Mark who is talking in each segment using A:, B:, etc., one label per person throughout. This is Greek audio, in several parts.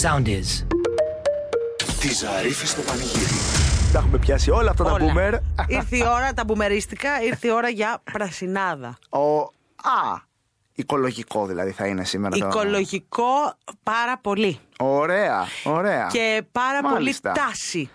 A: Sound is.
B: Τη Ζαρίφη στο πανηγύρι.
C: Τα έχουμε πιάσει όλα αυτά τα
D: Όλα.
C: μπούμερ.
D: Ήρθε η ώρα, τα μπουμεριστικά, ήρθε η ώρα για πρασινάδα.
C: Ο... Α, οικολογικό δηλαδή θα είναι σήμερα. το-
D: Οικολογικό πάρα πολύ.
C: Ωραία, ωραία.
D: Και πάρα
C: Μάλιστα.
D: πολύ τάση.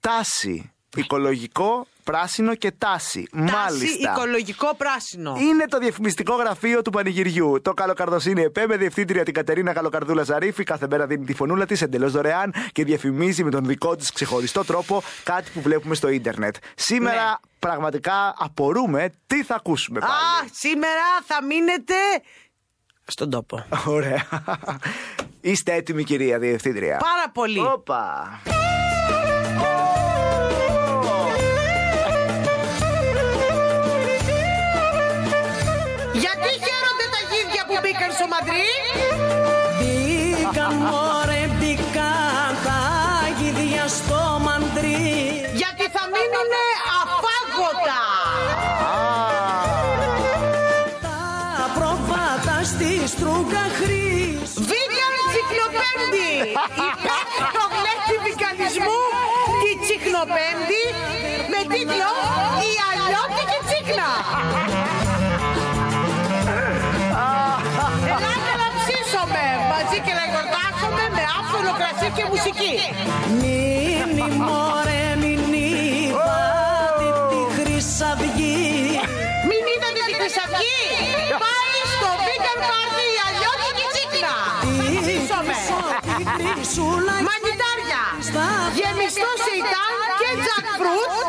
C: Τάση. Οικολογικό, πράσινο και τάση. Μάλιστα.
D: Τάση οικολογικό πράσινο.
C: Είναι το διαφημιστικό γραφείο του Πανηγυριού. Το Καλοκαρδοσύνη ΕΠΕ με διευθύντρια την Κατερίνα Καλοκαρδούλα Ζαρίφη. Κάθε μέρα δίνει τη φωνούλα της εντελώς δωρεάν και διαφημίζει με τον δικό της ξεχωριστό τρόπο κάτι που βλέπουμε στο ίντερνετ. Σήμερα
D: Ναι.
C: πραγματικά απορούμε τι θα ακούσουμε πάλι.
D: Α, σήμερα θα μείνετε στον τόπο.
C: Ωραία. Είστε έτοιμοι, κυρία Διευθύντρια.
D: Πάρα πολύ.
C: Όπα.
D: Γιατί χαίρονται τα γίδια που μπήκαν στο Μαντρί. Μπήκαν μωρέ, μπήκαν τα γίδια στο Μαντρί. Γιατί θα μείνουν αφάγωτα. Τα προβάτα στη στρούγκα χρήση. Βίγαν τσιχνοπέμπτη. Υπάρχει προβλέψη μηχανισμού τη τσιχνοπέμπτη με τίτλο «Η αλλιώτικη τσίχνα». Ελάτε να ψήσουμε μαζί και να γιορτάσουμε με άφθονο κρασί και μουσική. Μήνυ μωρέ, μήνυ πάτε τη χρυσαυγή. Μην είδατε τη χρυσαυγή. Πάει στο vegan party η αλλιώτικη τσίχνα. Θα ψήσουμε. Μανιτάρια. Γεμιστό σεϊτάν και jackfruit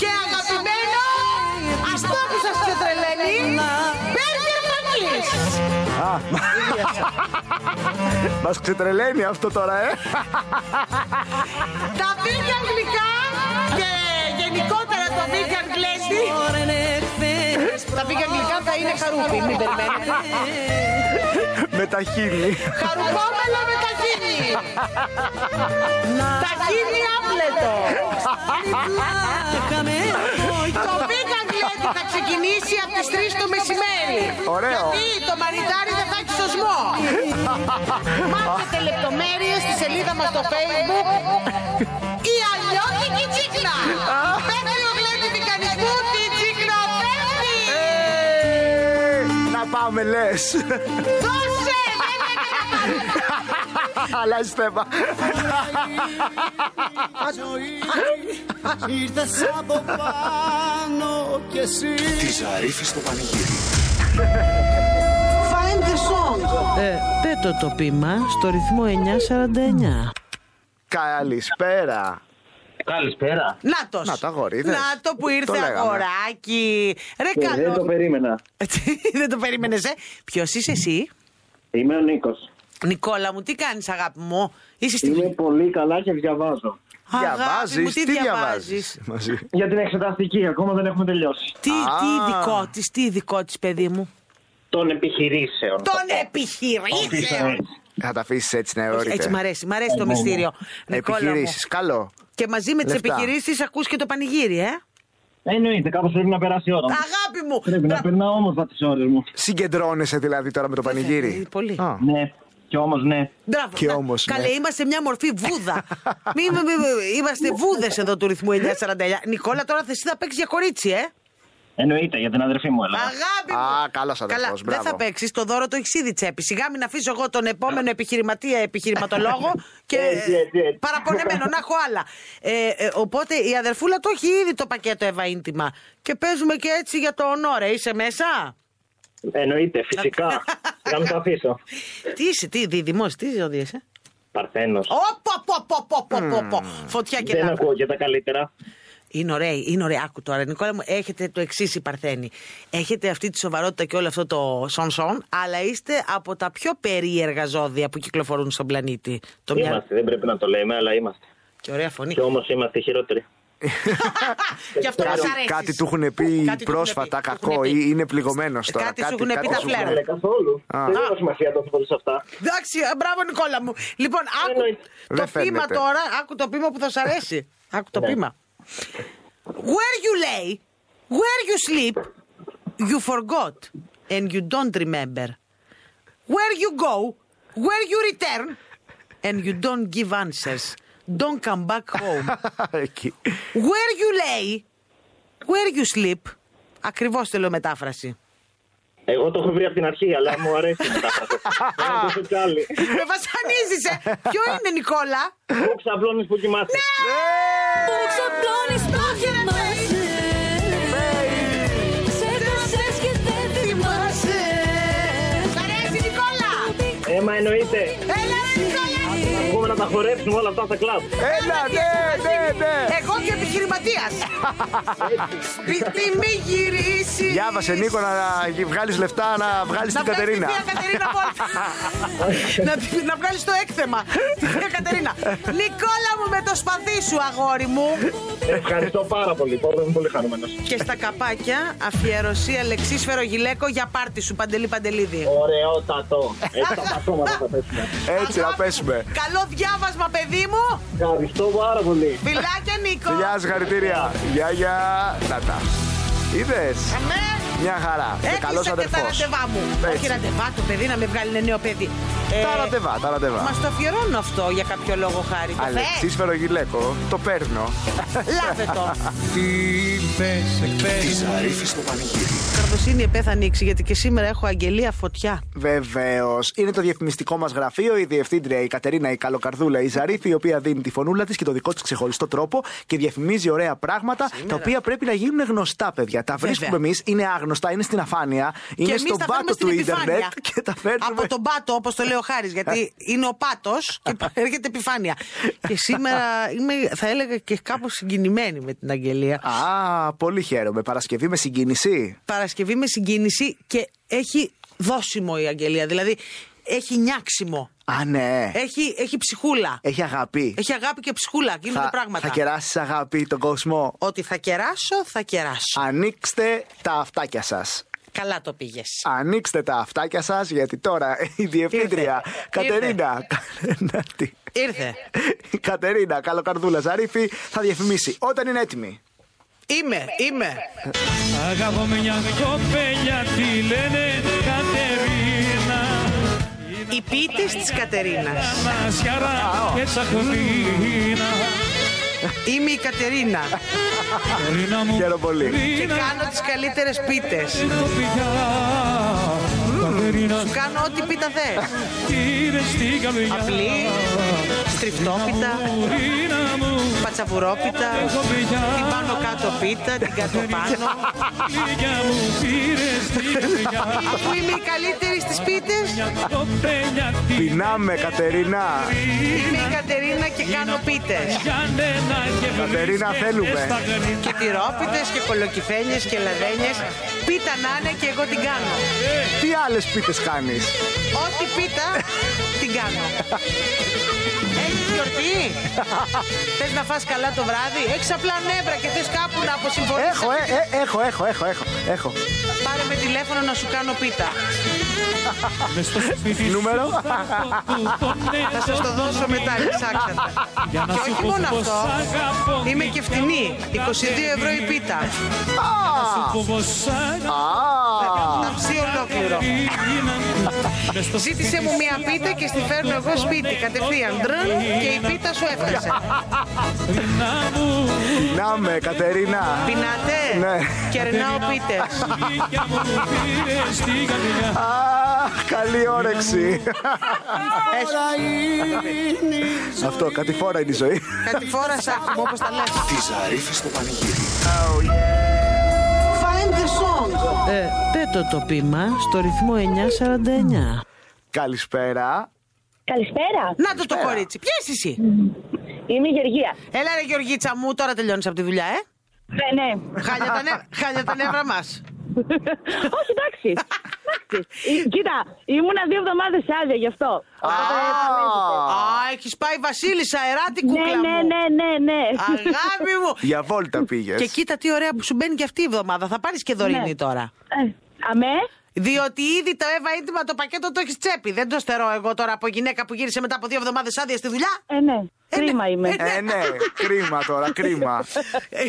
D: και αγαπημένο αυτό που σας ξετρελαίνει. Burger Monkeys.
C: Μας ξετρελαίνει αυτό τώρα, ε.
D: Τα βίντεο γλυκά και γενικότερα το βίντεο γκλέστη. Τα βίντεο γλυκά θα είναι χαρούπι, μην περιμένετε.
C: με τα χείλη.
D: Χαρουπόμενο με τα χίνι. Τα χίνι άπλετο. Το βίντεο γκλέστη θα ξεκινήσει από τις 3 το μεσημέρι.
C: Ωραίο.
D: Γιατί το μανιτάρι δεν θα έχει σωσμό. Μάθετε λεπτομέρειες στη σελίδα μας στο facebook. Η αλλιώτικη τσίχνα. Πέφτει ο γλέντι μηχανισμού την τσίχνα πέφτει.
C: Ε, Να πάμε, λες.
D: Δώσε, ναι, δεν είναι
C: Αλλάζει θέμα.
B: Τη Ζαρίφη στο πανηγύρι.
D: Find the song. Ε, πέτω το πείμα στο ρυθμό 949.
C: Καλησπέρα.
E: Καλησπέρα.
D: Νάτος.
C: Να το αγόρι, είδες.
D: Να το που ήρθε
C: Το λέγαμε.
D: αγοράκι. Ρε
E: Ε, δεν το
D: καλό.
E: περίμενα.
D: δεν το περίμενες, ε. Ποιος είσαι εσύ,
E: Είμαι ο Νίκος.
D: Νικόλα μου, τι κάνεις αγάπη μου. Είσαι στη
E: Είμαι πολύ καλά και διαβάζω.
D: Αγάπη
C: Διαβάζει,
D: μου, τι
C: τι
D: διαβάζεις?
C: διαβάζεις. Μαζί.
E: Για την εξεταστική, ακόμα δεν έχουμε τελειώσει.
D: Τι,
C: Α.
D: τι ειδικό της, τι ειδικό της, παιδί μου.
E: Των επιχειρήσεων.
D: Τον επιχειρήσεων.
C: Θα τα αφήσεις έτσι ναι, να
D: Έτσι μ'
C: εωρείτε.
D: αρέσει, μ' αρέσει το μυστήριο. Νικόλα μου.
C: Επιχειρήσεις. Καλό.
D: Και μαζί με τις
C: Λεφτά.
D: επιχειρήσεις ακούς και το πανηγύρι, ε.
E: Ε, Εννοείται, κάπως πρέπει να περάσει η ώρα. μου.
D: Αγάπη μου.
E: Πρέπει να
D: Μπρα-
E: περνάω όμορφα τις ώρες μου.
C: Συγκεντρώνεσαι δηλαδή τώρα με το πανηγύρι.
D: θέλει πολύ.
C: Α,
E: Ναι, και όμως ναι.
D: Μπράβο.
C: Και
D: Να-
C: όμως, ναι.
D: Καλέ, είμαστε μια μορφή βούδα. Μη- μη- μη- είμαστε βούδες εδώ του ρυθμού 949. Νικόλα, τώρα θες εσύ θα παίξεις για κορίτσι, ε.
E: Εννοείται, για την αδερφή μου έλεγα.
D: Αγάπη μου.
C: Α, καλός αδερφός,
D: Καλά, δεν
C: μπράβο.
D: θα παίξεις. Το δώρο το έχεις ήδη τσέπη. Σιγά μην αφήσω εγώ τον επόμενο επιχειρηματία, επιχειρηματολόγο και
E: Έτσι, έτσι, έτσι.
D: παραπονεμένο να έχω άλλα. Ε, ε, οπότε η αδερφούλα το έχει ήδη το πακέτο Εύα Ίντιμα. Και παίζουμε και έτσι για το ονόρε. Είσαι μέσα.
E: Εννοείται, φυσικά. να μην το αφήσω.
D: Τι είσαι, τι δίδυμο, τι ζωδίεσαι.
E: Παρθένο.
D: Όπα, πο, πο, πο, πο, πο, πο. Φωτιά και
E: Δεν
D: λάβρα.
E: ακούω και τα καλύτερα.
D: Είναι ωραία, είναι ωραία. Άκου τώρα, Νικόλα μου, έχετε το εξής η Παρθένη. Έχετε αυτή τη σοβαρότητα και όλο αυτό το σον-σον, αλλά είστε από τα πιο περίεργα ζώδια που κυκλοφορούν στον πλανήτη. Το μια-
E: Είμαστε, δεν πρέπει να το λέμε, αλλά είμαστε.
D: Και ωραία φωνή.
E: Και όμως είμαστε οι χειρότεροι.
D: Γι' αυτό μας
C: Κάτι,
D: αρέσεις.
C: κάτι του έχουν πει
D: Κάτι του
C: πρόσφατα,
D: έχουν πει,
C: κακό,
D: του
C: ή
D: έχουν πει.
C: είναι πληγωμένος τώρα.
D: Κάτι σου έχουν πει τα
C: σου
D: φλερ.
C: έχουν
E: Ναι, καθόλου. Δεν έχω σημασία τόσο σε αυτά.
D: Εντάξει, ε, μπράβο Νικόλα μου. Λοιπόν, άκου
E: εννοείται.
D: το
C: Δεν
D: πείμα
C: φαίνεται. Ναι.
D: τώρα, άκου το πείμα που θα σ' αρέσει. Άκου το πείμα. Where you lay, where you sleep, you forgot and you don't remember. Where you go, where you return, and you don't give answers. Don't come back home.
C: Εκεί.
D: Where you lay, where you sleep. Ακριβώς θέλω μετάφραση.
E: Εγώ το έχω βρει από την αρχή, αλλά μου αρέσει η μετάφραση. Να ακούσω κι άλλοι.
D: Με βασανίζεις, ε! Ποιο είναι, Νικόλα?
E: Πού ξαπλώνεις που κοιμάσαι.
A: Που ξαπλώνεις το χυμάσαι Ξέχασες και δεν θυμάσαι
D: Σ' αρέσει, Νικόλα!
E: Έμα εννοείται.
D: Έλα, ρε, Νικόλα!
E: Μπορούμε να τα χορέψουμε όλα αυτά στα κλαμπ.
C: Έλα, ναι, ναι, ναι.
D: Εγώ και επιχειρηματίας. Σπίτι μη γυρίσει.
C: Διάβασε, Νίκο, να βγάλεις λεφτά, να βγάλεις την
D: Ε, βγάλεις
C: Κατερίνα.
D: Τη θεία Κατερίνα από όλα. να τη- να βγάλεις το έκθεμα. Τη θεία Κατερίνα. Νικόλα μου με το σπαθί σου, αγόρι μου.
E: Ευχαριστώ πάρα πολύ. Τώρα είμαι πολύ χαρούμενος.
D: και στα καπάκια αφιερωσή Αλεξίσφαιρο Γυλαίκο για πάρτι σου, Παντελή Παντελίδη.
E: Ωραιότατο. Έτσι τα πατώματα θα πέσουμε.
C: Έτσι, να
D: Αγάπη-
C: πέσουμε.
D: Καλό διάβασμα, παιδί μου.
E: Ευχαριστώ πάρα πολύ.
D: Φιλάκια, Νίκο.
C: Γεια, συγχαρητήρια. Γεια, γεια. Να τα. Είδες.
D: Αμέ.
C: Μια χαρά. Ε, Και καλό
D: Έκλεισα και τα
C: αδερφός.
D: ραντεβά μου.
C: Έτσι.
D: Όχι ραντεβά το παιδί να με βγάλει ένα νέο παιδί. Ε,
C: Τα ραντεβά, τα
D: Μα
C: ραντεβά.
D: το αφιερώνω αυτό για κάποιο λόγο χάρη. Το
C: Αλεξής Φερογυλέκο, το παίρνω.
D: Θεέ. Λάβε το.
B: Τη Ζαρίφη στο πανηγύρι.
D: Καρδοσύνη επέ θα ανοίξει γιατί και σήμερα έχω αγγελία φωτιά.
C: Βεβαίως. Είναι το διαφημιστικό μας γραφείο, η διευθύντρια η Κατερίνα η Καλοκαρδούλα η Ζαρίφη, η οποία δίνει τη φωνούλα της και το δικό της ξεχωριστό τρόπο και διαφημίζει ωραία πράγματα τα οποία πρέπει να γίνουν γνωστά, παιδιά. Τα
D: Βέβαια.
C: βρίσκουμε εμείς, είναι άγνωστα, είναι στην αφάνεια, είναι
D: εμείς
C: στον
D: τα φέρνουμε
C: πάτο
D: στην
C: του
D: επιφάνεια.
C: ίντερνετ και τα φέρνουμε.
D: Από τον πάτο, όπως το λέει ο Χάρης, γιατί είναι ο πάτος και έρχεται επιφάνεια. και σήμερα είμαι, θα έλεγα, και κάπως συγκινημένη με την αγγελία.
C: Α, πολύ χαίρομαι. Παρασκευή με συγκίνηση.
D: Παρασκευή με συγκίνηση και έχει δώσιμο η αγγελία. Δηλαδή έχει νιάξιμο.
C: Α, ναι.
D: Έχει, έχει ψυχούλα.
C: Έχει αγάπη.
D: Ε, Έχει αγάπη και ψυχούλα. Γίνονται
C: θα,
D: πράγματα.
C: θα κεράσει αγάπη τον κόσμο.
D: Ότι θα κεράσω, θα κεράσω.
C: Ανοίξτε τα αυτάκια σας.
D: Καλά το πήγες.
C: Ανοίξτε τα αυτάκια σας, γιατί τώρα η διευθύντρια
D: Ήρθε.
C: Κατερίνα. Κατερίνα, τι.
D: Ήρθε.
C: Η Κατερίνα, καλοκαρδούλα Ζαρίφη, θα διαφημίσει όταν είναι έτοιμη.
D: Είμαι, είμαι.
F: Αγαπώ μια κοπέλια τη λένε Κατερίνα
D: Οι ποιητέ της Κατερίνας.
F: Μασιαρά και τσακωμίνα
D: Είμαι η Κατερίνα.
F: Κατερίνα μου
C: Χαίρομαι πολύ.
D: Και
F: Κατερίνα
D: κάνω τις καλύτερες πίτες.
F: το πηγιά Κατερίνα
D: Σου κάνω ό,τι πίτα θες.
F: κύριε στην καλουγιά
D: Απλή, στριφτόπιτα,
F: Κατερίνα μου
D: πατσαβουρόπιτα,
F: έχω πηγιά
D: την πάνω κάτω πίτα, την κάτω πάνω.
F: Λίγια μου πήρε στην καλουγιά
D: Αφού είμαι η καλύτερη στις πίτες,
F: Μια κοπέλια τη
C: Πεινάμε, Κατερίνα.
D: είμαι η Κατερίνα και κάνω πίτες.
F: Γιάννενα και
C: Κατερίνα,
F: βρίσκεται
C: θέλουμε.
F: στα γλυκά.
D: Και τυρόπιτες και κολοκυθένιες και λαδένιες. Πίτα να είναι και εγώ την κάνω.
C: Τι άλλες πίτες κάνεις.
D: Ό,τι πίτα, την κάνω. Έχεις γιορτή. Θες να φας καλά το βράδυ. Έχεις απλά νεύρα και θες κάπου να αποσυμφωνήσεις.
C: Έχω, ε, ε, έχω, έχω, έχω, έχω, έχω.
D: Πάρε με τηλέφωνο να σου κάνω πίτα.
F: Μες στο σπίτι σου
C: Νούμερο.
F: θα το κουπονέ
D: Θα σας το δώσω μετά, ψάξτε τα.
F: Για να
D: Και
F: σου
D: όχι
F: πω
D: μόνο
F: πως
D: αυτό,
F: αγαπώ
D: είμαι και φτηνή. 22 ευρώ η πίτα.
F: Πω πως αγαπώ
D: Να ψεί ολόκληρο.
F: Μες στο
D: Ζήτησε μου μια πίτα και στη φέρνω εγώ σπίτι. Κατευθείαν ντρν και η πίτα σου έφτασε.
F: σπίτι να μου
C: Πεινάμε, Κατερίνα.
D: Πεινάτε.
C: Ναι.
D: Κερνάω πίτες.
F: Γλυκιά μου πήρες την καρδιά
C: Αχ, καλή όρεξη. Αυτό, κάτι φορά είναι η ζωή.
D: Κάτι φορά σάκου όπως τα λες.
B: Τη Ζαρίφη στο πανηγύρι.
D: Find the song. Πέτω Ε, το πείμα στο ρυθμό 949.
C: Καλησπέρα.
G: Καλησπέρα.
D: Να το το κορίτσι. Ποιες εσύ.
G: Είμαι η Γεωργία.
D: Έλα ρε Γεωργίτσα μου, τώρα τελειώνεις από τη δουλειά, ε.
G: Ναι, ναι.
D: Χάλια τα, νε- χάλια τα νεύρα μας.
G: Όχι, εντάξει. Εντάξει. Ε, Κοίτα, ήμουνα δύο εβδομάδες σε άδεια γι' αυτό. Οπότε
D: Α, έχεις πάει Βασίλισσα, εράτη
G: Ναι,
D: κούκλα
G: ναι,
D: μου.
G: ναι, ναι, ναι.
D: Αγάπη μου.
C: Για βόλτα πήγες.
D: και κοίτα τι ωραία που σου μπαίνει και αυτή η εβδομάδα. Θα πάρεις και δωρήνη
G: Ναι.
D: τώρα.
G: Ε, Αμέ.
D: Διότι ήδη το Εύα έντοιμα το πακέτο το έχεις τσέπη. Δεν το στερώ εγώ τώρα από γυναίκα που γύρισε μετά από δύο εβδομάδες άδεια στη δουλειά.
G: Ε, ναι.
D: Ε,
G: Κρίμα
D: ναι.
G: είμαι.
D: Ε,
C: Ε, ναι, κρίμα τώρα, κρίμα.
D: ε,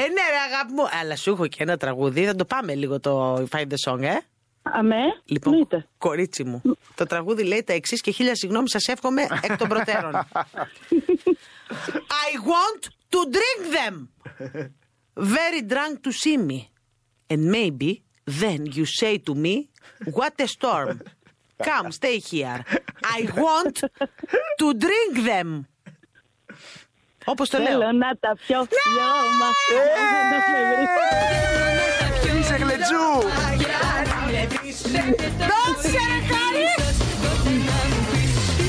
D: ναι, ρε αγάπη μου. Αλλά σου έχω και ένα τραγούδι. Θα το πάμε λίγο το Find the Song, ε.
G: Αμέ.
D: Λοιπόν,
G: εννοείται.
D: κορίτσι μου, το τραγούδι λέει τα εξής και χίλια συγγνώμη σας εύχομαι εκ των προτέρων. I want to drink them. Very drunk to see me. And maybe then you say to me, what a storm. Come, stay here. I want to drink them. Όπως το λέω. Ναι!
G: Θέλω να τα πιω. Λιώμα. Να με βρεις.
D: Ε!
C: Είσαι γλετζού!
D: Δώσε ρε χάρη!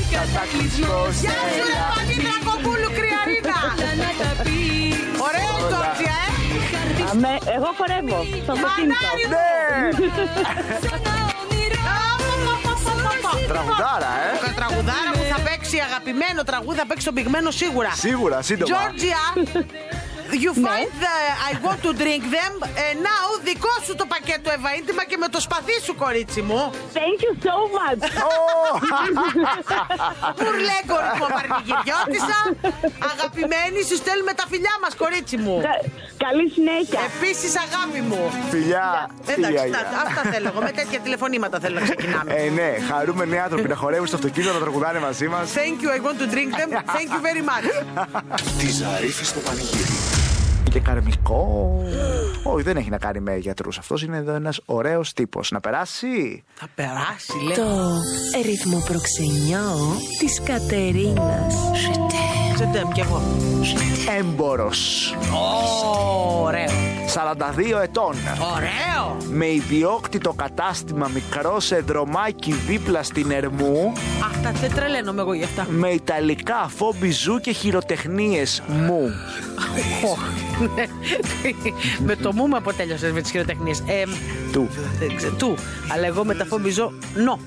D: Γεια
C: ε.
D: σου ρε Πανίτρα Κοπούλου Κρυαρίνα! Ωραίο τότσια, ε!
G: Αμέ. Εγώ χορεύω. Στο Μαθήνικο.
D: Μανάρι μου!
C: Ναι! Τραγουδάρα, ε!
D: Το τραγουδάρα που θα παίξει αγαπημένο τραγούδι, θα παίξει τον πυγμένο σίγουρα.
C: Σίγουρα, σύντομα.
D: Georgia, you find the I want to drink them. And now δικό σου το πακέτο ευαΐντημα και με το σπαθί σου κορίτσι μου.
G: Thank you so much.
C: Ω,
D: Μπουρλέ κορίτσι μου Παρνιγυριώτησα. Αγαπημένη σου στέλνουμε τα φιλιά μας κορίτσι μου.
G: Κα- Καλή συνέχεια.
D: Επίσης αγάπη μου.
C: Φιλιά!
D: Εντάξει,
C: φιλιά,
D: να-
C: φιλιά.
D: αυτά θέλω εγώ. Με τέτοια τηλεφωνήματα θέλω να ξεκινάμε.
C: Ε, ναι, χαρούμενοι άνθρωποι να χορεύουν στο αυτοκίνητο, να τραγουδάνε μαζί μας.
D: Thank you, I want to drink them. Thank you very much.
B: Τη Ζαρίφη στο πανηγύρι.
C: Και καρμικό. Όχι, δεν έχει να κάνει με γιατρούς. Αυτός είναι εδώ ένας ωραίος τύπος. Να περάσει.
D: Θα περάσει, λέει.
H: Το ρυθμό προξενιό της Κατερίνας.
D: Ξεντέμ κι εγώ.
C: Έμπορο.
D: Ωραίο.
C: 42 ετών.
D: Ωραίο.
C: Με ιδιόκτητο κατάστημα μικρό σε δρομάκι δίπλα στην Ερμού.
D: Αυτά δεν τρελαίνομαι εγώ γι' αυτά.
C: Με ιταλικά φόμπιζού και χειροτεχνίες μου.
D: με το μου με αποτέλειωσες με τις χειροτεχνίες. Ε,
C: Του.
D: δεν ξέρω, του. Αλλά εγώ με τα φόμπιζω νο.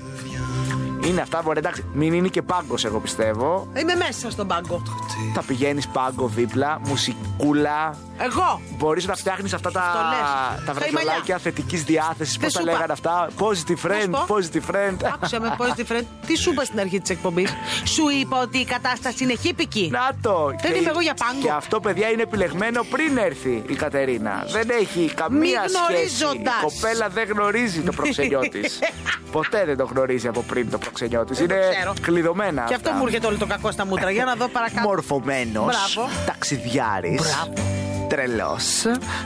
C: Είναι αυτά που εντάξει, μην είναι και πάγκος, εγώ πιστεύω.
D: Είμαι μέσα στον πάγκο.
C: Θα πηγαίνεις πάγκο δίπλα, μουσικούλα.
D: Εγώ.
C: Μπορείς να φτιάχνεις αυτά τα,
D: Το λες.
C: τα
D: Στα ημαλιά.
C: βραζολάκια θετικής διάθεσης.
D: Δεν
C: Πώ τα
D: σου είπα.
C: λέγανε αυτά. Positive friend,
D: Να σου πω.
C: positive friend.
D: Άκουσα με πώ τη φρέντ. Τι σου είπα στην αρχή της εκπομπής. Σου είπα ότι η κατάσταση είναι χύπικη.
C: Να το.
D: Δεν
C: Και-
D: είμαι εγώ για πάγκο.
C: Και αυτό, παιδιά, είναι επιλεγμένο πριν έρθει η Κατερίνα. Δεν έχει καμία σχέση. Η
D: γνωρίζοντας.
C: κοπέλα δεν γνωρίζει το προξενιό της. Ποτέ δεν το γνωρίζει από πριν το προξενιό τη.
D: Δεν το
C: Είναι
D: ξέρω.
C: κλειδωμένα.
D: Και αυτό
C: αυτά.
D: μου έρχεται όλο το κακό στα μούτρα. Για να δω παρακάτω.
C: Μορφωμένος.
D: Μπράβο.
C: Ταξιδιάρης.
D: Μπράβο.
C: Τρελός.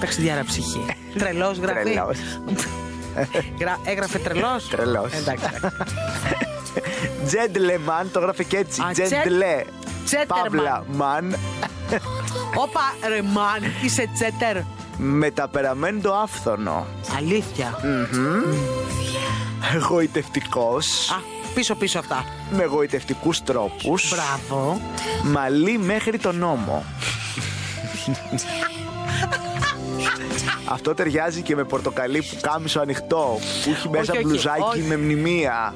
D: Ταξιδιάρα ψυχή. Τρελός γραφή.
C: Τρελός.
D: Γρα- Έγραφε τρελός.
C: Τρελός.
D: Εντάξει. εντάξει.
C: Gentleman, το γράφει και έτσι.
D: Α, τζεν-
C: Gentle.
D: Gentleman.
C: Παύλα, man.
D: Όπα ρε μαν, είσαι τσέτερ.
C: Μεταπεραμένο άφθονο.
D: Αλήθεια.
C: Εγωιτευτικός.
D: Α, πίσω πίσω αυτά.
C: Με εγωιτευτικού τρόπους.
D: Μπράβο.
C: Μαλή μέχρι τον νόμο. Αυτό ταιριάζει και με πορτοκαλί που κάμισο ανοιχτό, που έχει μέσα
D: όχι,
C: μπλουζάκι
D: όχι.
C: με μνημεία.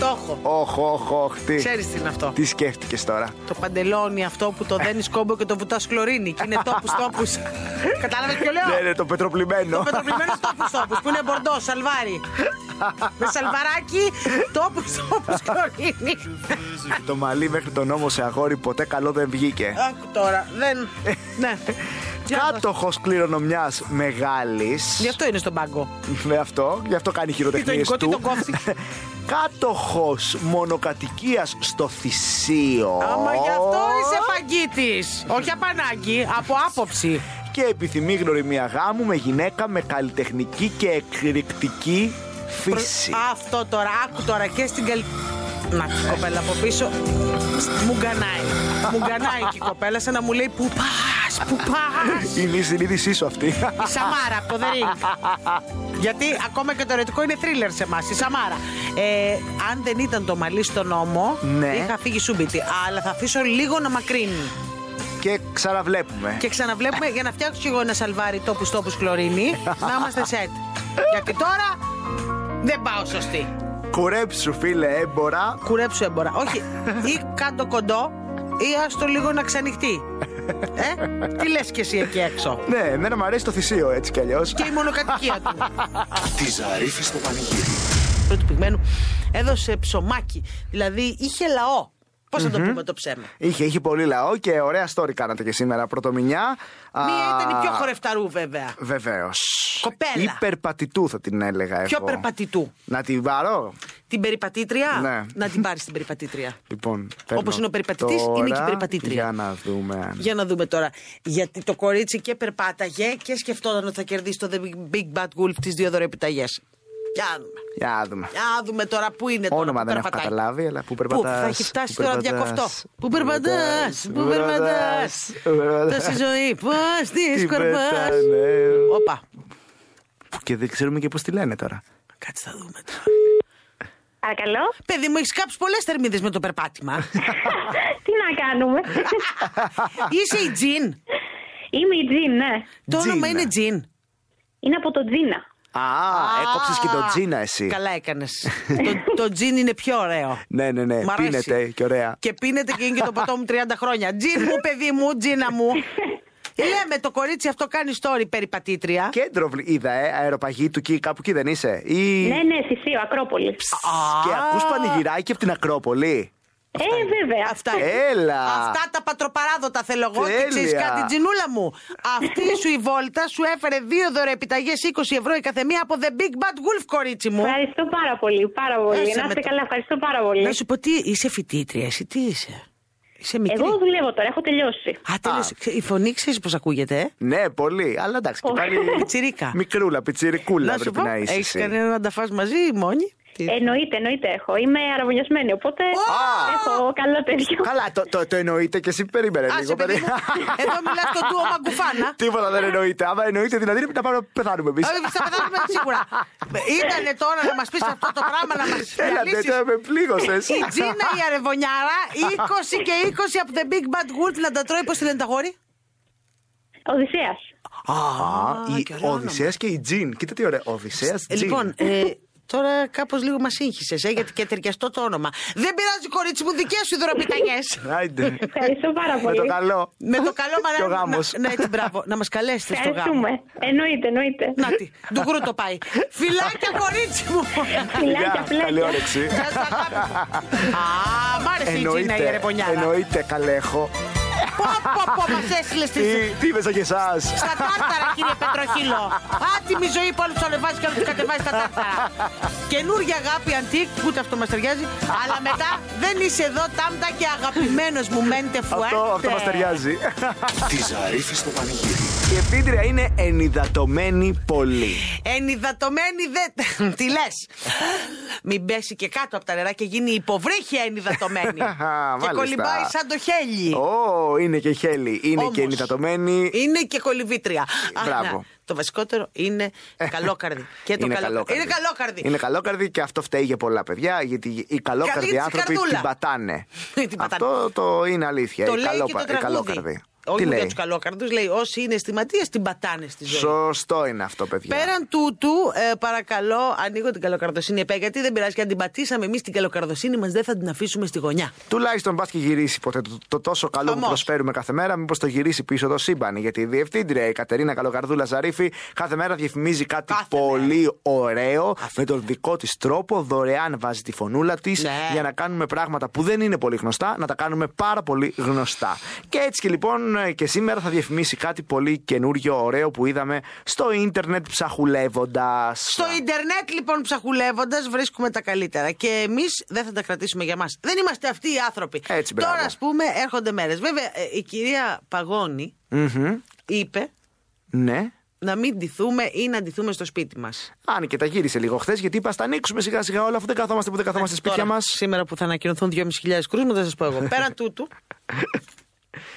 D: Το έχω.
C: Όχ, όχ, όχ, τι.
D: Ξέρεις τι είναι αυτό.
C: Τι σκέφτηκες τώρα.
D: Το παντελόνι αυτό που το δένεις κόμπο και το βουτάς χλωρίνη. Και είναι τόπους τόπους. Κατάλαβες ποιο λέω.
C: Ναι, ναι, το πετροπλημένο.
D: Πετροπλημένος τόπους τόπους που είναι μπορντός, σαλβάρι. Με σαλβαράκι, τόπους τόπους χλωρίνη.
C: Το μαλλί μέχρι τον νόμο σε αγόρι ποτέ καλό δεν βγήκε.
D: Άκου τώρα. Δεν. Ναι. Για να δω.
C: Κάτοχος κληρονομιάς μεγάλη.
D: Γι' αυτό είναι στον πάγκο.
C: Με αυτό, γι' αυτό κάνει χειροτεχνίες
D: Τι το
C: του.
D: υλικό, τι το κόψεις.
C: Κάτοχος μονοκατοικίας στο Θησίο.
D: Άμα γι' αυτό είσαι παγκίτης. Όχι απανάγκη, από άποψη.
C: Και επιθυμεί γνωριμία γάμου με γυναίκα με καλλιτεχνική και εκρηκτική φύση.
D: Αυτό τώρα, άκου τώρα και στην καλ... Να, η κοπέλα από πίσω μου γκανάει. Μου γκανάει και η κοπέλα σαν να μου λέει που πας, που πας.
C: Είναι η συνείδησή σου αυτή.
D: Η Σαμάρα από το The Ring. Γιατί ακόμα και το ερωτικό είναι θρίλερ σε εμάς, η Σαμάρα. Ε, αν δεν ήταν το μαλλί στον νόμο,
C: Ναι.
D: είχα φύγει σούμπιτι. Αλλά θα αφήσω λίγο να μακρύνει.
C: και ξαναβλέπουμε.
D: Και ξαναβλέπουμε για να φτιάξω κι εγώ ένα σαλβάρι τόπους τόπους χλωρίνη. να είμαστε σετ. Γιατί τώρα δεν πάω σωστή.
C: Κουρέψου, φίλε, έμπορα.
D: Κουρέψου έμπορα. Όχι, ή κάτω κοντό, ή άστο λίγο να ξανοιχτεί. Ε, τι λες κι εσύ εκεί έξω.
C: Ναι, εμένα μου αρέσει το θυσίο έτσι κι αλλιώς.
D: Και η μονοκατοικία του.
B: Τη Ζαρίφη στο πανηγύρι.
D: του πυγμένου έδωσε ψωμάκι. Δηλαδή είχε λαό. Πώς να το πούμε το ψέμα.
C: Είχε, είχε πολύ λαό και ωραία story κάνατε και σήμερα. Πρωτομηνιά. Α,
D: Μία ήταν η πιο χορευταρού, βέβαια.
C: Βεβαίως.
D: Κοπέλα.
C: Υπερπατητού θα την έλεγα εγώ.
D: Πιο περπατητού.
C: Να την βάρω.
D: Την περιπατήτρια.
C: Ναι.
D: Να την πάρεις την περιπατήτρια.
C: Λοιπόν,
D: Όπως είναι ο περιπατητής, είναι και η περιπατήτρια.
C: Για να δούμε. αν-
D: Για να δούμε τώρα. Γιατί το κορίτσι και περπάταγε και σκεφτόταν ότι θα κερδίσει το The Big Bad Wolf τις δύο δωρεπιταγέ. Για να δούμε.
C: Για να δούμε.
D: Για να δούμε τώρα πού είναι τώρα.
C: Όνομα
D: που
C: δεν έχω
D: περπατάει.
C: καταλάβει, αλλά που περπατάς.
D: Πού θα έχει φτάσει τώρα
C: περπατάς,
D: διακοφτό. Πού περπατά, πού περπατά.
C: πού περπατάς.
D: Τόση ζωή, πώς τη
C: Τι ναι.
D: σκορπά.
C: πετάνε.
D: Όπα.
C: Και δεν ξέρουμε και πώς τη λένε τώρα.
D: Κάτσε θα δούμε τώρα.
I: Παρακαλώ.
D: Παιδί μου, έχεις κάψει πολλές θερμίδες με το περπάτημα.
I: Τι να κάνουμε.
D: Είσαι η Τζιν.
I: Είμαι η Τζιν, ναι.
D: Το όνομα
C: Τζίνα.
D: είναι Τζιν.
I: Είναι από το Τζίνα.
C: Α, έκοψες Ε, και τον Τζίνα εσύ.
D: Καλά έκανες. το, το τζιν είναι πιο ωραίο.
C: Ναι, ναι, ναι.
D: Μ' αρέσει.
C: Πίνεται και ωραία.
D: Και πίνεται και είναι και το ποτό μου 30 χρόνια. Τζιν μου, παιδί μου, τζίνα μου. Ε, Λέμε το κορίτσι αυτό κάνει story περιπατήτρια.
C: Κέντρο βλ- είδα, ε, αεροπαγή του εκεί, κάπου εκεί δεν είσαι. Ή...
I: Ναι, ναι, Θησίο, Ακρόπολη.
C: Και ακούς πανηγυράκι από την Ακρόπολη.
I: Ε, βέβαια.
D: Αυτά.
C: Έλα.
D: Αυτά τα πατροπαράδοτα θέλω εγώ. Και
C: Τέλεια.
D: ξέρει κάτι, Τζινούλα μου. Αυτή σου η βόλτα σου έφερε δύο δωρεοεπιταγέ 20 ευρώ η καθεμία από The Big Bad Wolf, κορίτσι μου.
I: Ευχαριστώ πάρα πολύ. Πάρα πολύ.
D: Άσε
I: Να
D: με
I: είστε
D: το-
I: καλά. Ευχαριστώ πάρα πολύ.
D: Να σου πω τι, είσαι φοιτήτρια, εσύ τι είσαι. Είσαι μικρή.
I: Εγώ δουλεύω τώρα. Έχω τελειώσει.
D: Α, τέλος, η φωνή ξέρεις πώς ακούγεται. ε.
C: Ναι, πολύ. Αλλά εντάξει, και πάλι.
D: Πιτσιρίκα.
C: Μικρούλα, πιτσιρικούλα
D: Να σου
C: πρέπει
D: πω,
C: να είσαι.
D: έχεις
C: εσύ.
D: κανένα να φας μαζί ή μόνη.
I: Ε,
D: Τι-
I: Εννοείται, εννοείται έχω. Είμαι αραβωνιασμένη, οπότε έχω καλό τέτοιο.
C: Καλά, το, το, το εννοείται και εσύ περίμενε λίγο.
D: Άσε παιδί μου,
C: περί-
D: εδώ μιλάς στο του ομαγκουφάνα.
C: Τίποτα δεν εννοείται. Άμα εννοείται, δηλαδή είναι να πάμε να πεθάνουμε εμείς.
D: Όχι, θα πεθάνουμε σίγουρα. Ήτανε τώρα να μας πεις αυτό το πράγμα, να μας
C: Έλατε,
D: διαλύσεις.
C: τώρα με πλήγωσες.
D: Η Τζίνα η αρεβωνιάρα, 20 και 20 από The Big Bad Wolf να τα τρώει, πώς τη λένε τα γόρι.
I: Οδυσσέας.
C: Α, η
D: και ωραίο
C: Οδυσσέας και η Τζιν. Κοίτα τι ωραία. Οδυσσέας
D: Ε,
C: Τζιν.
D: Λοιπόν, ε, τώρα κάπως λίγο μας σύγχυσες, ε, γιατί και ταιριαστό το όνομα. Δεν πειράζει κορίτσι μου, δικές σου οι δωροπιταγές.
C: Άιντε.
I: Ευχαριστώ πάρα
C: Με
I: πολύ.
C: το καλό.
D: Με το καλό
C: Και ο
D: μαράκι.
C: γάμος.
D: Να, να, έτσι, μπράβο, να μας καλέσετε στο γάμο.
I: Ευχαριστούμε. Εννοείται, εννοείται.
D: Να τη, ντουγκρού το πάει. Φιλάκια, κορίτσι μου.
I: Φιλάκια,
C: Καλή
I: φιλάκια.
C: όρεξη.
D: Γεια σου, αγάπη. Α, μ' άρεσε η Τζίνα η
C: Εννοείται.
D: Ερεπονιάρα.
C: Εννοείται, καλέχο.
D: Πω, πω, πω, μας έστειλες
C: Τις,
D: τις-
C: τι είπες και εσάς.
D: στα τάρταρα, κύριε Πετροχύλο. Άτιμη ζωή που όλους τους ανεβάζει και όλους τους κατεβάζει στα τάρταρα. Καινούργια αγάπη αντίκ, ούτε αυτό μας ταιριάζει. Αλλά μετά δεν είσαι εδώ τάμτα και αγαπημένος μου μέντε φουέρτε.
C: Αυτό, αυτό μας ταιριάζει.
J: Τη Ζαρίφη στο πανηγύρι.
C: Η ευθύντρια είναι ενυδατωμένη πολύ.
D: Ενυδατωμένη δεν. Τι λες. Μην πέσει και κάτω από τα νερά και γίνει υποβρύχια ενυδατωμένη. και
C: Μάλιστα.
D: κολυμπάει σαν το χέλι.
C: Ω, είναι και χέλη. Είναι
D: Όμως,
C: και ενυδατωμένη.
D: Είναι και κολυβήτρια. Αχ,
C: Ε, Μπράβο.
D: να. Το βασικότερο είναι καλόκαρδη. και το
C: είναι
D: καλό-
C: καλόκαρδη.
D: Είναι καλόκαρδη.
C: Είναι καλόκαρδη και αυτό φταίει για πολλά παιδιά, γιατί οι καλόκαρδοι
D: της
C: άνθρωποι
D: καρδούλα.
C: την πατάνε.
D: Την πατάνε.
C: Αυτό το είναι αλήθεια.
D: Το
C: οι
D: λέει και
C: ε, καλόπα-
D: το
C: οι
D: τραγούδι.
C: καλόκαρδοι.
D: Όχι
C: Τι
D: μόνο
C: λέει.
D: για του καλόκαρδου, λέει όσοι είναι αισθηματίε την πατάνε στη ζωή.
C: Σωστό είναι αυτό, παιδιά.
D: Πέραν τούτου, ε, παρακαλώ, ανοίγω την καλοκαρδοσύνη επέ, γιατί δεν πειράζει. Και αν την πατήσαμε εμείς την καλοκαρδοσύνη μας, δεν θα την αφήσουμε στη γωνιά.
C: Τουλάχιστον πας και γυρίσει ποτέ το, το τόσο καλό
D: Χαμός.
C: που προσφέρουμε κάθε μέρα. Μήπως το γυρίσει πίσω το σύμπαν. Γιατί η διευθύντρια, η Κατερίνα Καλοκαρδούλα Ζαρίφη, κάθε μέρα διαφημίζει κάτι
D: Κάθε
C: πολύ ωραίο με τον δικό της τρόπο. Δωρεάν βάζει τη φωνούλα της
D: Ναι.
C: για να κάνουμε πράγματα που δεν είναι πολύ γνωστά, να τα κάνουμε πάρα πολύ γνωστά. Και έτσι και λοιπόν ε, και σήμερα θα διαφημίσει κάτι πολύ καινούριο, ωραίο που είδαμε στο ίντερνετ ψαχουλεύοντας.
D: Στο ίντερνετ λοιπόν ψαχουλεύοντας βρίσκουμε τα καλύτερα. Και εμείς δεν θα τα κρατήσουμε για μας. Δεν είμαστε αυτοί οι άνθρωποι.
C: Έτσι, μπράβο.
D: Τώρα ας πούμε έρχονται μέρες. Βέβαια ε, η κυρία Παγώνη
C: Μμμ.
D: είπε
C: Ναι.
D: να μην ντυθούμε ή να ντυθούμε στο σπίτι μας.
C: Αν και τα γύρισε λίγο χθες, γιατί είπα, στα ανοίξουμε σιγά σιγά όλα, αφού δεν καθόμαστε που δεν καθόμαστε σπίτια μας.
D: Σήμερα που θα ανακοινωθούν 2.500 κρούσματα, θα σας πω εγώ. Πέραν τούτου,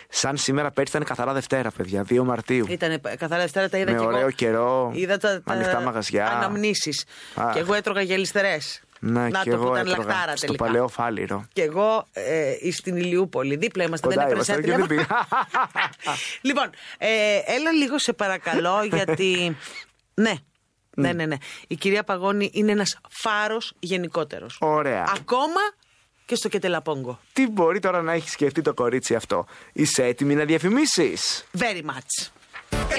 C: Σαν σήμερα πέρσι ήταν καθαρά Δευτέρα, παιδιά, 2 Μαρτίου.
D: ήταν καθαρά Δευτέρα, τα είδα
C: Με
D: και
C: ωραίο
D: εγώ.
C: καιρό,
D: Είδα τα, τα
C: ανοιχτά μαγαζιά.
D: Αναμνήσεις.
C: Αχ.
D: Και εγώ έτρωγα γελιστερές.
C: Να,
D: το
C: και
D: που
C: εγώ
D: ήταν
C: έτρωγα
D: λαχτάρα
C: στο
D: τελικά.
C: παλαιό φάληρο.
D: Και εγώ ε, στην Ηλιούπολη. Δίπλα είμαστε,
C: Κοντά
D: δεν έπαιρνε
C: ήμασταν
D: ένα
C: και δεν
D: τηλέφωνο.
C: πήγα.
D: λοιπόν, ε, έλα λίγο σε παρακαλώ, γιατί. ναι. Ναι, ναι, ναι. Η κυρία Παγώνη είναι ένας φάρος γενικότερος.
C: Ωραία.
D: Ακόμα και στο Κετελαπόγκο.
C: Τι μπορεί τώρα να έχει σκεφτεί το κορίτσι αυτό. Είσαι έτοιμη να διαφημίσεις.
D: Very much.
C: Ε,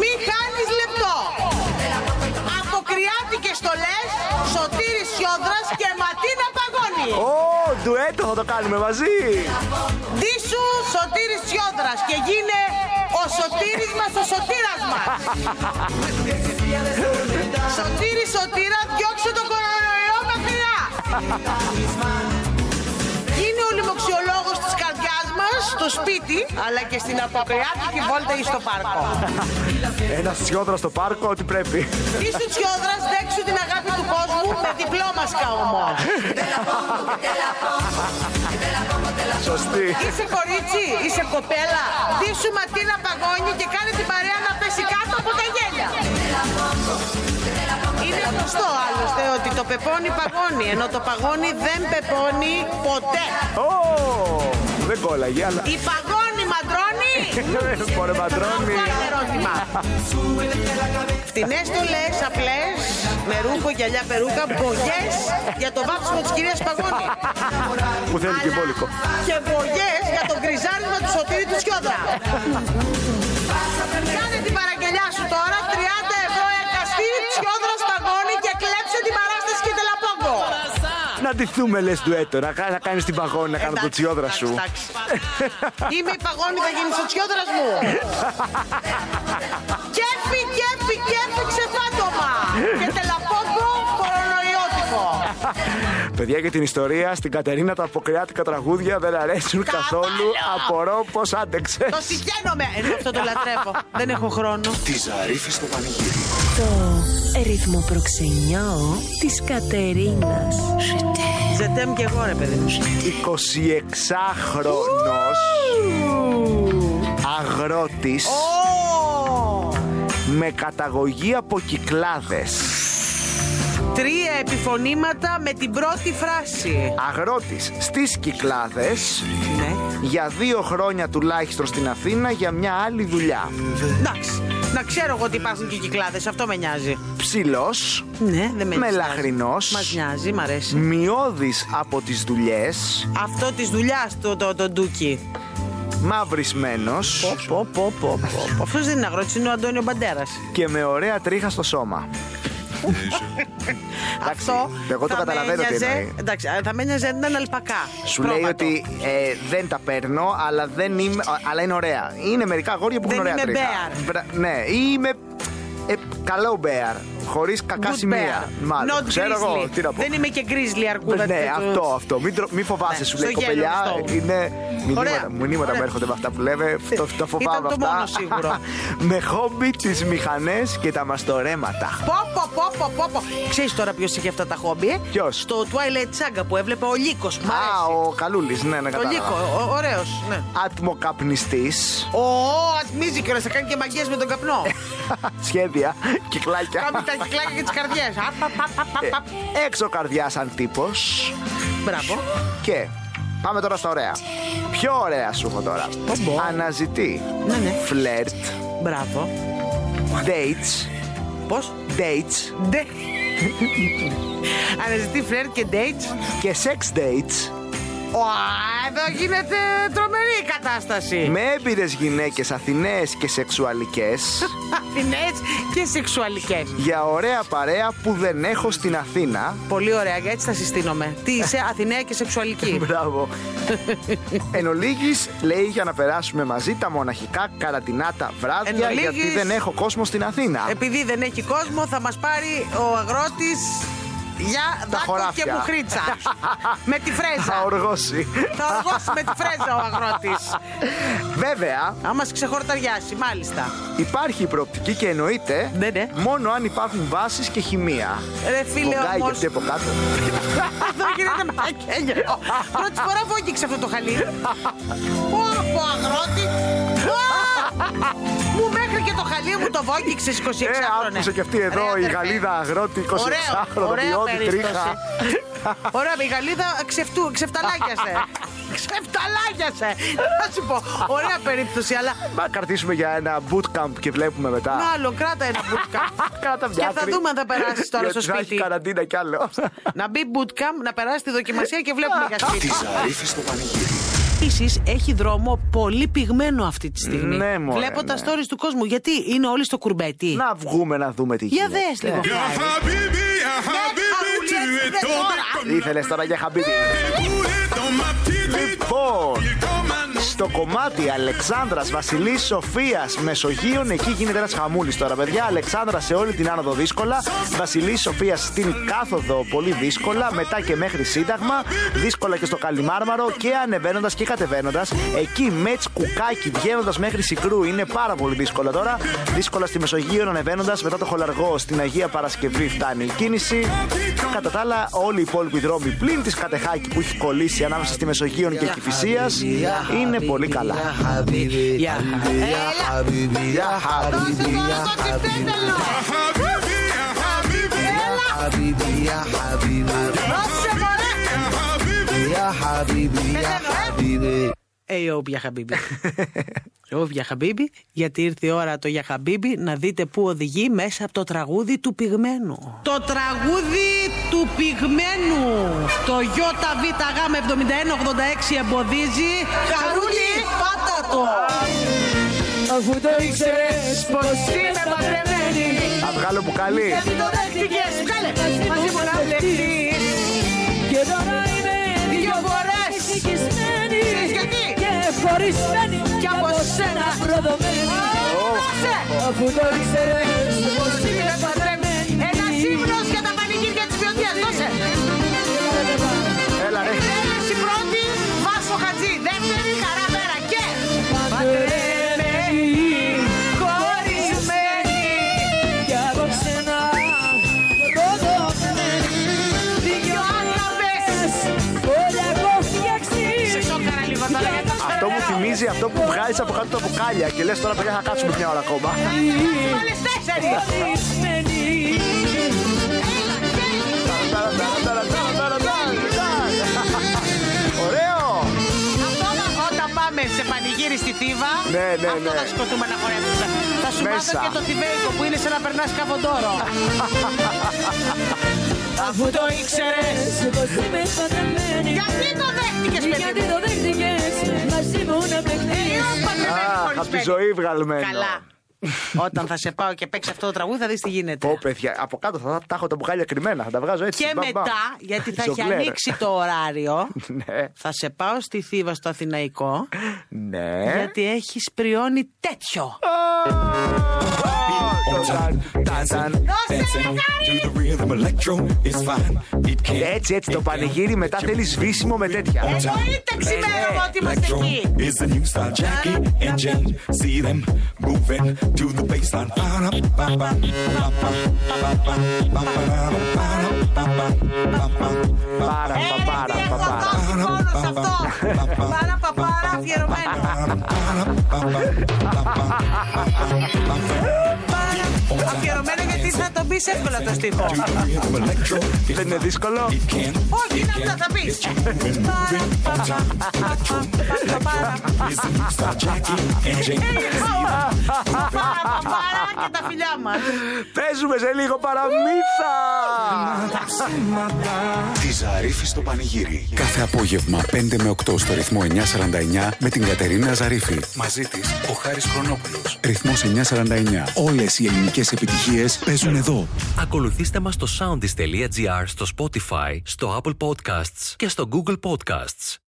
D: Μη χάνεις λεπτό. Από κρυάτη και στολές, σωτήρι
C: Ντουέτο θα το κάνουμε μαζί.
D: Ντίσου Σωτήρης Τσιόδρας και γίνε ο Σωτήρης μας ο Σωτήρας μας. Σωτήρη Σωτήρα, διώξε τον κορονοϊό μακριά. Γίνε ο λοιμοξιολόγος της καρδιάς μας στο σπίτι, αλλά και στην αποκριάτικη βόλτα ή στο πάρκο.
C: Ένας σιόδρα στο πάρκο, ό,τι πρέπει.
D: Ντίσου Τσιόδρας, δέξου την αγάπη του κόσμου με διπλό μασκα όμω.
C: Σωστή.
D: Είσαι κορίτσι, είσαι κοπέλα. Ντίσου ματίνα παγώνει και κάνε την παρέα να πέσει κάτω από τα γέλια. Είναι γνωστό άλλωστε ότι το πεπώνει παγώνει, ενώ το παγώνει δεν πεπώνει ποτέ.
C: Ω! Δεν κόλλαγε, αλλά.
D: Η παγώνει μαντρώνει.
C: Πόρε
D: Αυτό
C: μαντρώνει.
D: είναι ερώτημα. Φτηνές στολές, απλές, με ρούχο, γυαλιά, περούκα, μπογιές για το βάψιμο της κυρίας Παγώνη.
C: Που θέλει και μπόλικο.
D: Και μπογιές για το γκριζάρισμα του Σωτήρη του Σιόδρα. Κάνε την παραγγελιά σου τώρα, 30 ευρώ εργαστή, Σιόδρα Παγώνη και κλέψε την παράσταση και τελαπόγκο.
C: Να τη δούμε, λες ντουέτο. Να, κα- να κάνεις την παγόνη, να κάνω το
D: Εντάξει,
C: τσιόδρα
D: εντάξει,
C: σου.
D: εντάξει. Είμαι η Παγώνη, θα γίνεις ο Τσιόδρας μου. Κέφι, κέφι, κέφι, ξεφάτωμα. Και τελαπόγκο, κορονοϊότυπο.
C: Παιδιά για την ιστορία, στην Κατερίνα τα αποκριάτικα τραγούδια δεν αρέσουν
D: Καμπάνω.
C: καθόλου. Απορώ πώς άντεξε.
D: Το συγχαίρομαι. Ενώ αυτό το λατρεύω. Δεν έχω χρόνο.
K: Τη Ζαρίφη στο πανηγύρι.
H: Το ρυθμό προξενιό της Κατερίνας.
D: Ζετέμ και εγώ ρε παιδί μου.
C: 26χρονος αγρότης
D: Ω!
C: με καταγωγή από κυκλάδες.
D: Τρία επιφωνήματα με την πρώτη φράση.
C: Αγρότης στις κυκλάδες
D: Ναι.
C: για δύο χρόνια τουλάχιστον στην Αθήνα για μια άλλη δουλειά.
D: Εντάξει. Να ξέρω εγώ ότι υπάρχουν και κυκλάδες. Αυτό με νοιάζει.
C: Ψηλός,
D: Ναι, δεν με νοιάζει.
C: Μελαχρινός.
D: Μας νοιάζει, μ' αρέσει.
C: μειώδης από τις δουλειές,
D: Αυτό της δουλειάς του, το, το ντούκι.
C: μαυρισμένος
D: Πω, πω, πω, πω. Αυτός δεν είναι αγρότης, είναι ο Αντώνιο Μπαντέρας.
C: και με ωραία τρίχα στο σώμα.
D: Αυτό.
C: εγώ το
D: θα με
C: καταλαβαίνω τι
D: νοιάζε-
C: εννοεί.
D: Εντάξει, α, θα με νοιάζει αν ήταν αλπακά.
C: Σου λέει
D: Σπρώματο.
C: ότι ε, δεν τα παίρνω, αλλά, δεν είμαι, α, αλλά είναι ωραία. Είναι μερικά αγόρια που
D: Δεν
C: έχουν ωραία
D: είμαι
C: τρίχα.
D: bear.
C: Μπρα- ναι, ή είμαι ε, καλό μπέαρ. Χωρίς κακά
D: Good
C: σημεία.
D: bear.
C: Μάλλον.
D: Not
C: Ξέρω εγώ
D: grizzly.
C: τι να πω.
D: Δεν είμαι και γκρίζλι αρκούδα.
C: ναι,
D: τέτοιου-
C: αυτό, αυτό. Μην, τρο- μην φοβάσαι,
D: Ναι,
C: σου
D: στο
C: λέει
D: γέλιο
C: κοπελιά.
D: στο-
C: Είναι
D: Ωραία,
C: μηνύματα, μηνύματα
D: ωραία.
C: που έρχονται με αυτά που λέμε. Το, το φοβάμαι
D: Ήταν το
C: αυτά.
D: μόνο σίγουρο.
C: με χόμπι τις μηχανές και τα μαστορέματα.
D: Πω, πω, πω, πω, πω, πω. Ξέρεις τώρα ποιος είχε αυτά τα χόμπι, ε?
C: Ποιος?
D: Στο Twilight Saga που έβλεπα ο Λύκος, μ'
C: Α, ο
D: αρέσει.
C: Καλούλης, ναι, ναι,
D: ο Λύκο,
C: κατάλαβα.
D: ο- ωραίος, ναι.
C: Ατμοκαπνιστή,
D: Ω, ατμίζει και θα κάνει και μαγιές με τον καπνό.
C: σχέδια, κυκλάκια.
D: Κάνει τα κυκλάκια και τις καρδιές. Α, πα, πα, πα,
C: Ε.
D: πα, πα.
C: Έξω καρδιά αντίπο.
D: Μπράβο.
C: Και πάμε τώρα στα ωραία. Πιο ωραία σου έχω τώρα. Αναζητεί.
D: Ναι, ναι.
C: Φλερτ.
D: Μπράβο.
C: Dates.
D: Πώς?
C: Dates.
D: Ντε. Αναζητεί φλερ και dates.
C: Και sex dates.
D: Ω, εδώ γίνεται τρομερή η κατάσταση.
C: Με έμπειρες γυναίκες Αθηναίες και σεξουαλικές.
D: Αθηνές και σεξουαλικές.
C: για ωραία παρέα που δεν έχω στην Αθήνα.
D: Πολύ ωραία, έτσι θα συστήνομαι. Τι είσαι, Αθηναία και σεξουαλική.
C: Μπράβο. Εν ολίγης, λέει για να περάσουμε μαζί τα μοναχικά καρατινάτα βράδια,
D: Εν ολίγης- Ε,
C: γιατί δεν έχω κόσμο στην Αθήνα.
D: Επειδή δεν έχει κόσμο, θα μας πάρει ο αγρότης για δάκο
C: χωράφια.
D: και μουχρίτσα. με τη
C: Θα
D: φρέζα.
C: οργώσει.
D: θα οργώσει με τη φρέζα ο αγρότης.
C: Βέβαια,
D: Αν μας ξεχορταριάσει, μάλιστα.
C: Υπάρχει η προοπτική και εννοείται
D: Ναι, ναι.
C: μόνο αν υπάρχουν βάσεις και χημεία.
D: Ρε φίλε
C: Βογκάει και
D: όμως,
C: αυτή από κάτω.
D: εδώ γίνεται μαγέλιο. Πρώτη φορά βόγγιξε αυτό το χαλί. Ω, αγρότη. Μου μέχρι και το χαλί μου το βόγγιξε 26
C: Ε,
D: χρόνια.
C: άκουσε και αυτή εδώ η Γαλλίδα αγρότη 26χρονο ποιότητα τρίχα.
D: Ωραία, η Γαλλίδα ξεφτού, ξεφταλάκιασε. ξεφταλάκιασε. Να σου πω, ωραία περίπτωση, αλλά
C: Μα καρτίσουμε για ένα bootcamp και βλέπουμε μετά.
D: μάλλον κράτα ένα bootcamp.
C: Κράτα μια
D: Και θα
C: άκρη.
D: δούμε αν θα περάσεις τώρα
C: Γιατί
D: στο
C: θα
D: σπίτι.
C: έχει καραντίνα κι άλλο.
D: να μπει bootcamp, να περάσει τη δοκιμασία και βλέπουμε για
K: Τη
D: σπίτι.
K: Ζαρίφη στο πανηγύρι.
D: Επίσης, έχει δρόμο πολύ πυγμένο αυτή τη στιγμή.
C: Ναι, μωρέ,
D: Βλέπω τα
C: ναι.
D: stories του κόσμου. Γιατί είναι όλοι στο κουρμπέτι.
C: να βγούμε να δούμε τι
D: Για
C: γίνεται.
D: δες λοιπόν. λίγο.
C: Ε,
D: Χάρη.
K: Χαμπίμπι,
D: Ναι, αγουλιές
C: Ήθελε Ε, τώρα για χαμπίδι. Λοιπόν, στο κομμάτι Αλεξάνδρας Βασιλής Σοφίας Μεσογείων, εκεί γίνεται ένας χαμούλης τώρα, παιδιά. Αλεξάνδρα σε όλη την άνοδο δύσκολα. Βασιλής Σοφίας στην κάθοδο πολύ δύσκολα. Μετά και μέχρι Σύνταγμα. Δύσκολα και στο Καλιμάρμαρο και ανεβαίνοντας και κατεβαίνοντας. Εκεί με τσκουκάκι βγαίνοντας μέχρι Σικρού είναι πάρα πολύ δύσκολα τώρα. Δύσκολα στη Μεσογείο ανεβαίνοντας μετά το χολαργό στην Αγία Παρασκευή φτάνει η κίνηση. Κατά τα άλλα, όλοι οι υπόλοιποι δρόμοι πλην της Κατεχάκη που έχει κολλήσει ανάμεσα στη Μεσογείο και Κυφυσία είναι πολύ καλά.
D: Ε, ε. Hey, oh, για χαμπίμπι. Oh, για χαμπίμπι, γιατί ήρθε η ώρα το για χαμπίμπι να δείτε πού οδηγεί μέσα από το τραγούδι του πυγμένου. Το τραγούδι του πυγμένου. Το ΙΒΓ7186 εμποδίζει. Χαρούλη, πάτα το.
L: Αφού το ήξερες πως είμαι παντρεμένη
C: Αυγάλο που καλεί.
L: Γιατί το δέχτηκες, βγάλε μαζί μου να βλεφτείς Και τώρα είμαι δυο φορές
H: Ευτυχισμένη
D: Ξέρεις γιατί?
L: Και χωρισμένη κι από σένα προδομένη
D: Δώσε.
L: Αφού το ήξερες πως είμαι παντρεμένη
D: Ένα ύμνος για τα πανηγύρια της ποιοτίας. Δώσε.
C: Έλα ρε.
D: Εκτέλεση πρώτη, Βάσο Χατζή. Δεύτερη, Χαραβέρα. Και...
L: Παντρεμένη, χωρισμένη Κι από σένα προδομένη Δυο
D: Αγαπές.
L: Όλα έχω φτιάξει
D: Σε σόκαρα λίγο τα λέγατε.
C: Αυτό μου θυμίζει αυτό που βγάζει από κάτω τα μπουκάλια και λε τώρα παιδιά θα κάτσουμε μια ώρα ακόμα.
D: Μόλις τέσσερις.
L: Χωρισμένη
C: Ωραίο!
D: Αυτό όταν- όταν πάμε σε πανηγύρι στη Θήβα,
C: Ναι, ναι,
D: αυτό
C: ναι.
D: θα σκοτούμε να χορέψουμε. Θα σου
C: Μέσα.
D: βάζω και το Θηβέικο που είναι σαν να περνάς καβοντόρο.
L: Αφού το ήξερες
H: Πως είμαι παντρεμένη
D: Γιατί το δέχτηκες
H: Γιατί
D: παιδί μου.
H: το δέχτηκες μαζί μου να
D: Δύο
H: παιχθείς
D: παντρεμένοι
C: Αχ,
D: χωρίς
C: απ' τη
D: παιδί.
C: ζωή βγαλμένο.
D: Καλά. Όταν θα σε πάω και παίξεις αυτό το τραγούδι θα δεις τι γίνεται.
C: Πω παιδιά, από κάτω θα τα έχω τα μπουκάλια κρυμμένα, θα τα βγάζω έτσι.
D: Και
C: μπαμ, μπαμ.
D: μετά, γιατί θα έχει
C: Ζογκλέρ.
D: ανοίξει το ωράριο,
C: Ναι,
D: θα σε πάω στη Θήβα στο Αθηναϊκό,
C: ναι.
D: γιατί έχεις πριώνει τέτοιο.
C: Έτσι, έτσι το πανηγύρι μετά θέλει σβήσιμο με
D: Ε,
C: τέτοια.
D: Εννοείται ξημέρωμα ότι είμαστε
F: Electro
D: εκεί.
F: is the new style, Jackie and Jane. See them moving to the baseline.
C: Πάρα,
D: ε,
C: πα, πάρα, πα, πάρα.
D: Πάρα παπάρα αφιερωμένο. Πάρα- Αφιερωμένο γιατί θα τον πεις εύκολα το στίχο. ε.
C: Δεν είναι δύσκολο.
D: Όχι, είναι αυτά θα πεις. Πάρα παπα, παπα, παπα, παπα, παπα, και τα φιλιά μας.
C: Παίζουμε σε λίγο παραμύθα.
M: Τη Ζαρίφη στο πανηγύρι.
F: Κάθε απόγευμα 5 με 8 στο ρυθμό 949 με την Κατερίνα Ζαρίφη.
M: Μαζί της ο Χάρης Χρονόπουλος.
F: Ρυθμός 949. Όλες οι ελληνικές επιτυχίες παίζουν εδώ.
N: Ακολουθήστε μας στο soundist.gr, στο Spotify, στο Apple Podcasts και στο Google Podcasts.